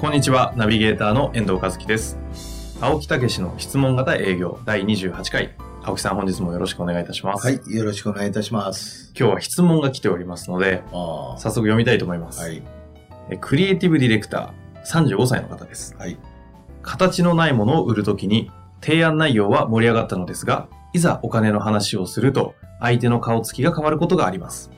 こんにちは、ナビゲーターの遠藤和樹です。青木武の質問型営業第28回。青木さん、本日もよろしくお願いいたします。はい、よろしくお願いいたします。今日は質問が来ておりますので、あ早速読みたいと思います。はい、えクリエイティブディレクター、35歳の方です。はい、形のないものを売るときに、提案内容は盛り上がったのですが、いざお金の話をすると、相手の顔つきが変わることがあります。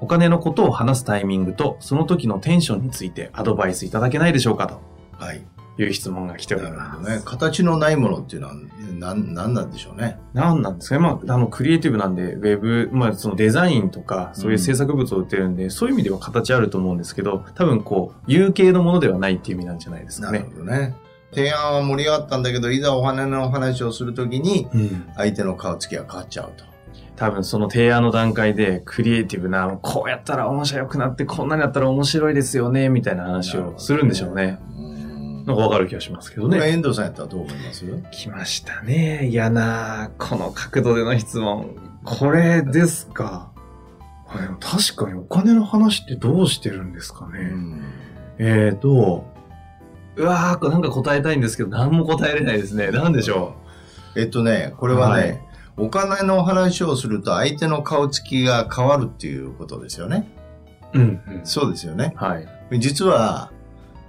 お金のことを話すタイミングと、その時のテンションについてアドバイスいただけないでしょうかとはい。いう質問が来ておりなるます。ほどね。形のないものっていうのは、なん、なんなんでしょうね。なんなんですかね。まあ、あの、クリエイティブなんで、ウェブ、まあ、そのデザインとか、そういう制作物を売ってるんで、そういう意味では形あると思うんですけど、多分こう、有形のものではないっていう意味なんじゃないですかなるね。ほどね。提案は盛り上がったんだけど、いざお花のお話をするときに、うん。相手の顔つきが変わっちゃうと。多分その提案の段階で、クリエイティブな、こうやったら面白くなって、こんなになったら面白いですよね、みたいな話をするんでしょうね。うーん。なんかわかる気がしますけどこれはね。遠藤さんやったらどう思います来ましたね。いやなこの角度での質問。これですか。あでも確かにお金の話ってどうしてるんですかね。うん。えーと、うわー、なんか答えたいんですけど、何も答えれないですね。なんでしょえっとね、これはね、はいお金のお話をすると相手の顔つきが変わるっていうことですよね。う。うんそうですよね。はい。実は、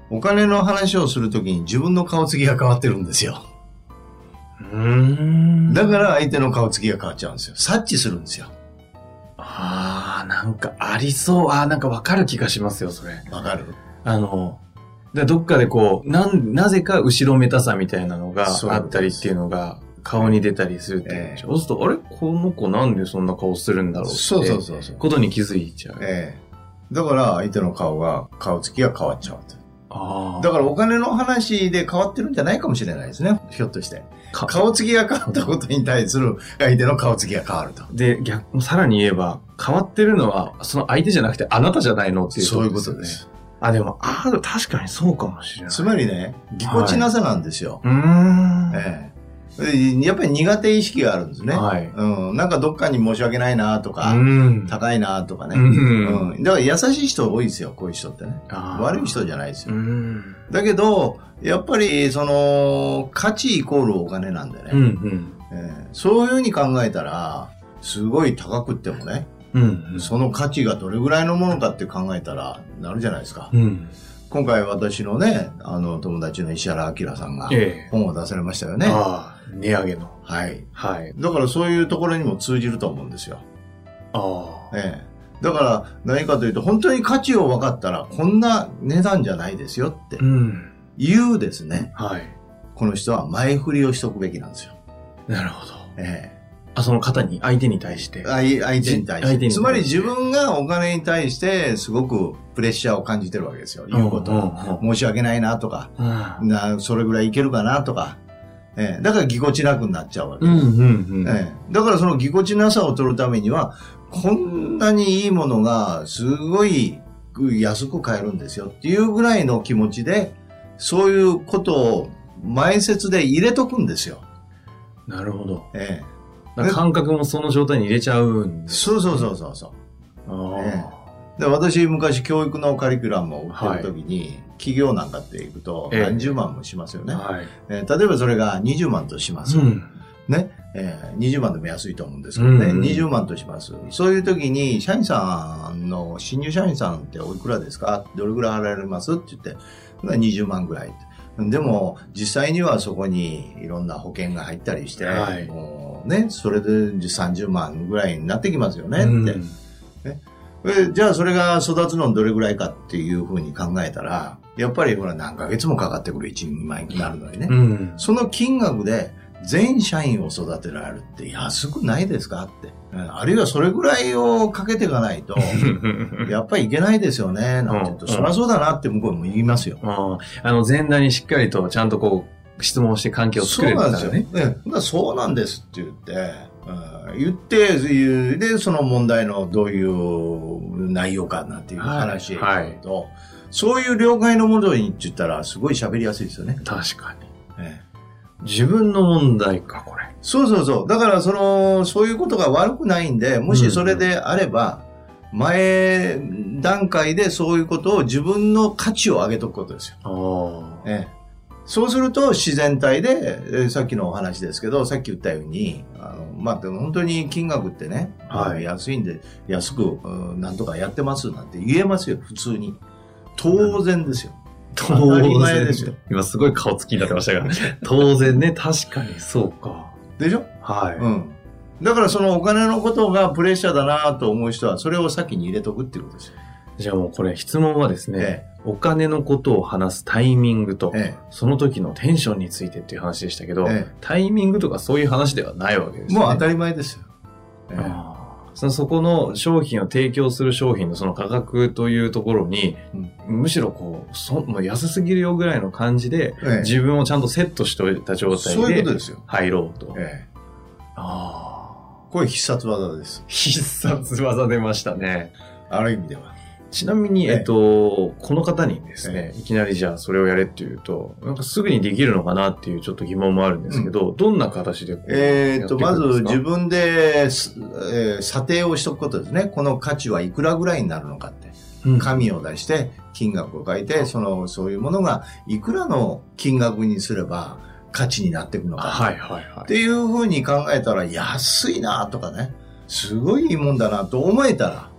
お金の話をするときに自分の顔つきが変わってるんですよ。うんだから相手の顔つきが変わっちゃうんですよ。察知するんですよ。あー、なんかありそう。あー、なんかわかる気がしますよ、それ。わかるあの、でどっかでこう、なん、なぜか後ろめたさみたいなのがそうあったりっていうのが、顔に出たりするっていうええそうすると、あれこの子なんでそんな顔するんだろうって。そうそうそうそう。ことに気づいちゃう。ええだから相手の顔が、顔つきが変わっちゃうと。あだからお金の話で変わってるんじゃないかもしれないですね。ひょっとして。か顔つきが変わったことに対する相手の顔つきが変わると。で、逆、さらに言えば、変わってるのは、その相手じゃなくて、あなたじゃないのっていう、そういうことで。す。あ、でも、ああ、確かにそうかもしれない。つまりね、ぎこちなさなんですよ。うーん。ええでやっぱり苦手意識があるんですね。はい。うん、なんかどっかに申し訳ないなとか、ん高いなとかね、う。うんだから優しい人多いですよ、こういう人ってね。あー悪い人じゃないですうよ。ん。だけど、やっぱり、その、価値イコールお金なんでね、うんうん。えーそういうふうに考えたら、すごい高くってもね、うんうん。その価値がどれぐらいのものかって考えたら、なるじゃないですか。うん。今回私のね、あの、友達の石原明さんが、え本を出されましたよえ。ね。ああ、値上げの。はい。はい。だからそういうところにも通じると思うんですよ。ああ。ええ、だから何かというと本当に価値を分かったらこんな値段じゃないですよってうん。いうですね、はい。この人は前振りをしとくべきなんですよ。なるほど。えあ、その方に、相手に対してえ、。あい相手に対相手に対してして。つまり自分がお金に対してすごくプレッシャーを感じてるわけですよ。言うことんを。申し訳ないなとか、うんなそれぐらいいけるかなとか。ええ、だからぎこちなくなっちゃうわけうです。んうんうん。ええ、だからそのぎこちなさを取るためには、こんなにいいものがすごい安く買えるんですよっていうぐらいの気持ちで、そういうことを前説で入れとくんですよ。なるほど。ええ、だから感覚もその状態に入れちゃうんです。そうそうそうそうそう。えあで私昔教育のカリキュラムを売ってる時に、企業なんかって行くとええ何十万もしますよあ。ね。はい。ええ例えばそれが20万とします。うん。ね、えー、20万でも安いと思うんですけどうね、んうん20万とします。そういう時に、社員さんの、新入社員さんっておいくらですかどれぐらい払われますって言って、20万ぐらい。でも、実際にはそこにいろんな保険が入ったりして、はいもうね、それで30万ぐらいになってきますよねって。うんえじゃあそれが育つのどれぐらいかっていうふうに考えたら、やっぱりほら何ヶ月もかかってくる1万円になるのにね。うん。その金額で全社員を育てられるって安くないですかって、うんあるいはそれぐらいをかけていかないと、やっぱりいけないですよね、なんて言うと、うんそりゃそうだなって向こうも言いますよ。うん あの、前段にしっかりとちゃんとこう、質問して環境を作そうれるなんかでらすよ。ね。ね、だからそうなんですって言って、うん言って言う、で、その問題のどういう内容かなんていう話をはいすると、そういう了解のもとにって言ったら、すごい喋りやすいですよね。確かに。ええ自分の問題か、これ。そうそうそう。だから、その、そういうことが悪くないんで、もしそれであれば、前段階でそういうことを自分の価値を上げとくことですよ。あええそうすると自然体で、えーさっきのお話ですけど、さっき言ったように、あのまあ、でも本当に金額ってね、はい安いんで、安く、うんなんとかやってますなんて言えますよ、普通に。当然ですよ。当当たり前然でですすよよ。今すごい顔つきになってましたが。 当然ね、確かにそうか。でしょはい。うん。だからそのお金のことがプレッシャーだなと思う人は、それを先に入れとくっていうことですよ。じゃあもうこれ質問はですね、えお金のことを話すタイミングと、えその時のテンションについてっていう話でしたけど、えタイミングとかそういう話ではないわけですえね。もう当たり前ですよ。ええあーそのそこの商品を提供する商品のその価格というところに、むしろこう、そもう安すぎるよぐらいの感じで、ええ自分をちゃんとセットしておいた状態そういうことでですよ。入ろうと。ええああ、これ必殺技です。必殺技出ましたね。ある意味では。ちなみに、えええっと、この方にですね、いきなりじゃあそれをやれっていうと、なんかすぐにできるのかなっていうちょっと疑問もあるんですけど、どんな形でこうえー、と、やまっていくんずです自か分で、すえー査定をしとくことですね。この価値はいくらぐらいになるのかって。うん紙を出して、金額を書いて、その、そういうものがいくらの金額にすれば価値になっていくのか。はいはいはっい。ていうふうに考えたら、安いなとかね。すごいいいもんだなと思えたら、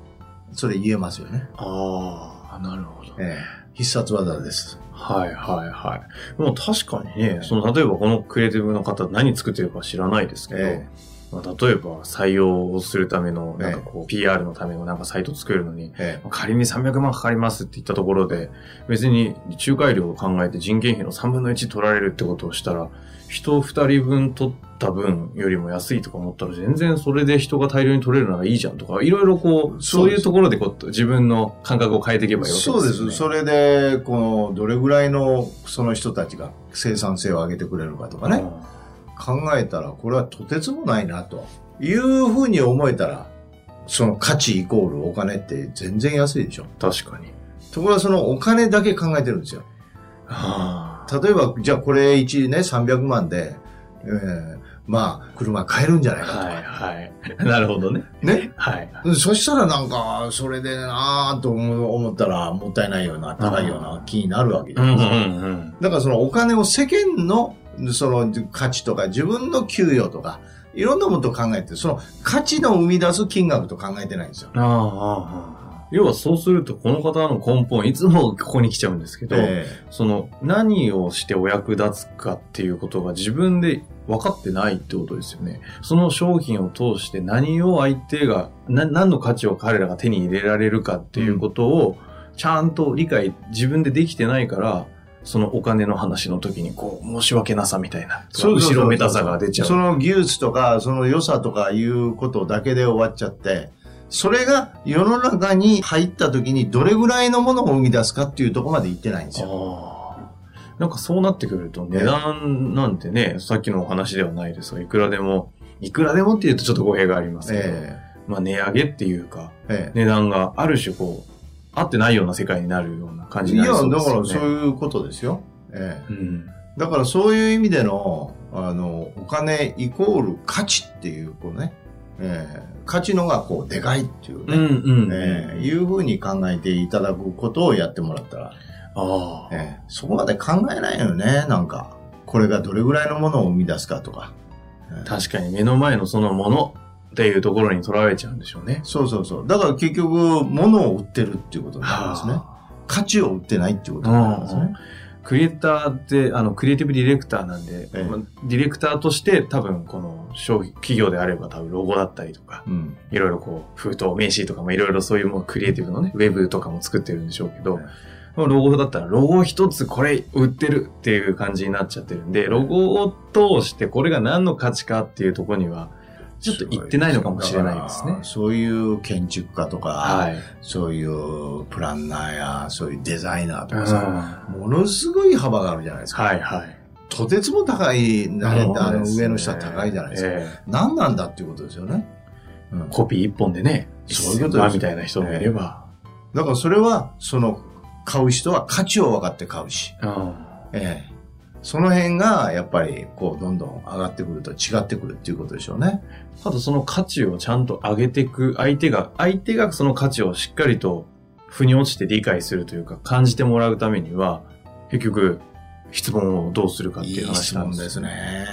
それ言えますよね。ああ、なるほど。えー必殺技です。はいはいはい。もう確かにね、その例えばこのクリエイティブの方何作ってるか知らないですけど、えまあ、例えば採用をするための、ええなんかこう、PR のためのなんかサイト作るのに、え仮に300万かかりますって言ったところで、別に仲介料を考えて人件費の3分の1取られるってことをしたら、人2人分取った分よりも安いとか思ったら全然それで人が大量に取れるならいいじゃんとか、いろいろこう、そうそうですいうところでこう自分の感覚を変えていけばいいわけですそうです。ね。それで、この、どれぐらいの、その人たちが生産性を上げてくれるかとかね。うん考えたらこれはとてつもないなというふうに思えたらその価値イコールお金って全然安いでしょ確かに。ところがそのお金だけ考えてるんですよあ例えばじゃあこれ1ね300万で、えーまあ車買えるんじゃないかとか、はいはい。なるほどね。ねはい。そしたらなんかそれでなぁと思う思ったらもったいないような高いような気になるわけじゃないですかうん。だからそのお金を世間のその価値とか自分の給与とかいろんなことを考えてその価値の生み出す金額と考えてないんですよ。ああああ、要はそうすると、この方の根本、いつもここに来ちゃうんですけど、えその、何をしてお役立つかっていうことが自分で分かってないってことですよね。その商品を通して何を相手が、な何の価値を彼らが手に入れられるかっていうことを、ちゃんと理解、自分でできてないから、そのお金の話の時に、こう、申し訳なさみたいな、そうそうそう後ろめたさが出ちえゃう。その技術とかその良さとかいうことだけで終わっちゃってそれが世の中に入った時にどれぐらいのものを生み出すかっていうところまで行ってないんですよ。あーなんかそうなってくると値段なんてね、さっきのお話ではないですが、いくらでも、いくらでもって言うとちょっと語弊がありますけど、えまあ値上げっていうか、えええ値段がある種こう、合ってないような世界になるような感じいになやりだかそうらですよね。そういうことですよ。えうえん。だからそういう意味での、あの、お金イコール価値っていう、こうね、えー価値のがこう、でかいっていううね、んうん。えーいうふうに考えていただくことをやってもらったら、ああ、えーそこまで考えないよね、なんか。これがどれぐらいのものを生み出すかとか。確かに目の前のそのものっていうところにとらわれちゃうんでしょうね。そうそうそう。だから結局、物を売ってるっていうことになるんですね。はあ価値を売ってないっていうことになるんですね。クリエイターって、あの、クリエイティブディレクターなんで、ええまあディレクターとして多分この商品、企業であれば多分ロゴだったりとか、うん。いろいろこう、封筒、名刺とかもいろいろそういうもうクリエイティブのね、ウェブとかも作ってるんでしょうけど、ロゴだったら、ロゴ一つこれ売ってるっていう感じになっちゃってるんで、ロゴを通してこれが何の価値かっていうところには、ちょっと行ってないのかもしれないですだかねら。そういう建築家とか、はい。そういうプランナーや、そういうデザイナーとうんかさ、ものすごい幅があるじゃないですか。はいはい。とてつも高い、慣れたあの上の下高いじゃないですか。ええ何なんだっていうことですよね。うんコピー一本でね、そういうこと1000です万みたいな人もいれば。だからそれは、その、買う人は価値を分かって買うし、うんええその辺が、やっぱり、こう、どんどん上がってくると違ってくるっていうことでしょうね。あとその価値をちゃんと上げていく相手が、相手がその価値をしっかりと腑に落ちて理解するというか感じてもらうためには、結局、質問をどうするかっていいうい話質なん問ですです。ね。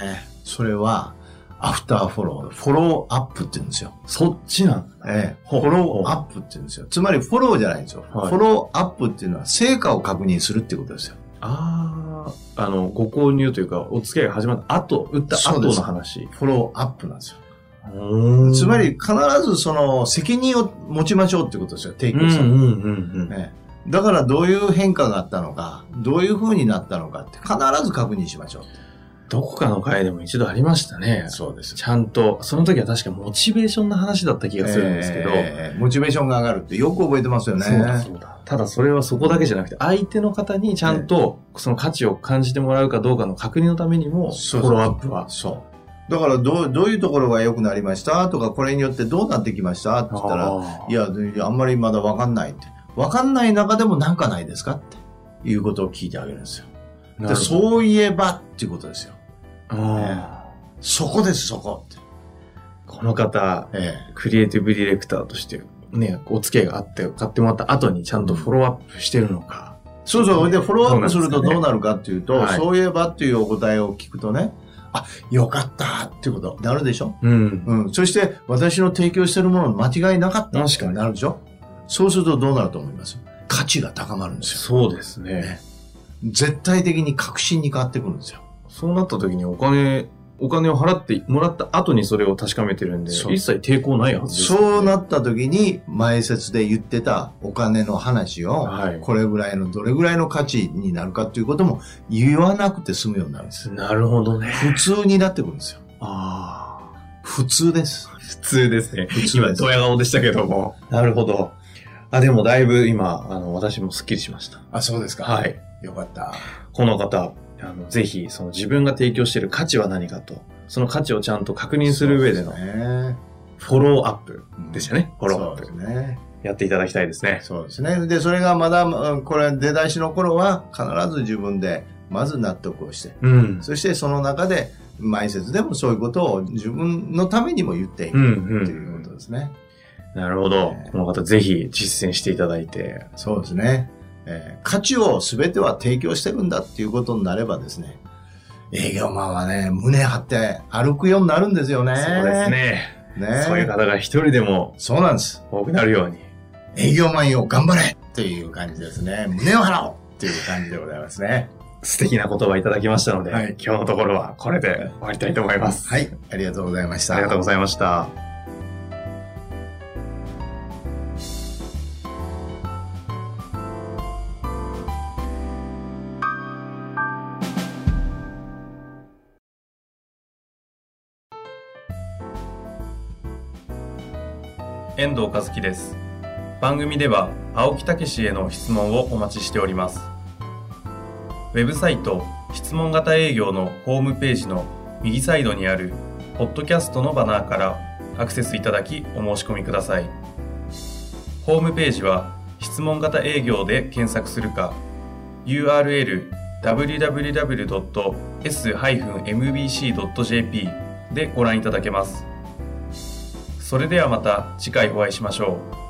それは、アフターフォロー、フォローアップって言うんですよ。そっちなんだ。ええ、ほフうォローアップって言うんですよ。つまりフォローじゃないんですよ。はいフォローアップっていうのは成果を確認するってことですよ。ああ、あの、ご購入というか、お付き合いが始まった後、打った後の話。フォローアップなんですよ。うーんつま、り必ずその責任を持ちましょうってことですよ、提うんう供ん者。うんうん。ええだからどういう変化があったのか、どういう風になったのかって必ず確認しましょう。どこかの回でも一度ありましたね。そうですちゃんと、その時は確かモチベーションの話だった気がするんですけど、ええモチベーションが上がるってよく覚えてますよね。そうだそうだ。ただそれはそこだけじゃなくて、相手の方にちゃんとその価値を感じてもらうかどうかの確認のためにも、フそうォローアップは。そう。だからどう、どういうところが良くなりましたとか、これによってどうなってきましたって言ったら、あーいや、いやあんまりまだわかんないって。わかんない中でもなんかないですかっていうことを聞いてあげるんですよ。なでるほどそういえばっていうことですよ。あそこです、そこって。ーこの方、えクリエイティブディレクターとして、ね、お付き合いがあって、買ってもらった後にちゃんとフォローアップしてるのか。えそうそう。それで、フォローアップするとそうなんですかねどうなるかっていうと、はいそういえばっていうお答えを聞くとね、あ、よかったっていうことになるでしょうん。うん。そして、私の提供してるもの間違いなかった確かになるでしょそうするとどうなると思います価値が高まるんですよ。そうですね。絶対的に確信に変わってくるんですよ。そうなった時にお金、お金を払ってもらった後にそれを確かめてるんで、そう一切抵抗ないはずです、そうなった時に前説で言ってたお金の話をはいこれぐらいのどれぐらいの価値になるかということも言わなくて済むようになるんです。なるほどね。普通になってくるんですよ。ああ。普通です。普通ですね。普通今、ですド。ヤ顔でしたけども。なるほど。あ、でもだいぶ今、あの、私もスッキリしました。あ、そうですか。はい。よかった。この方、あの、ぜひ、その自分が提供している価値は何かと、その価値をちゃんと確認する上でのそうですね。フォローアップでしたね。フォローアッそプ。うですね。やっていただきたいですね。そうですね。で、それがまだ、うんこれ出だしの頃は必ず自分でまず納得をして、うん。そしてその中で前説でもそういうことを自分のためにも言っていうんくうというこん。とですね。なるほどえ。ーこの方、ぜひ実践していただいて。そうですね。えー価値を全ては提供してるんだっていうことになればですね、営業マンはね、胸張って歩くようになるんですよね。そうです。ね。ねそういう方が一人でもそうなんです。多くなるように。営業マンよ、頑張れっていう感じですね。胸を張ろうっていう感じでございますね。素敵な言葉いただきましたので、はい今日のところはこれで終わりたいと思います。はい、ありがとうございました。ありがとうございました。遠藤和樹です。番組では青木武氏への質問をお待ちしております。ウェブサイト質問型営業のホームページの右サイドにあるポッドキャストのバナーからアクセスいただきお申し込みくださいホームページは質問型営業で検索するか URL www.s-mbc.jp でご覧いただけますそれではまた次回お会いしましょう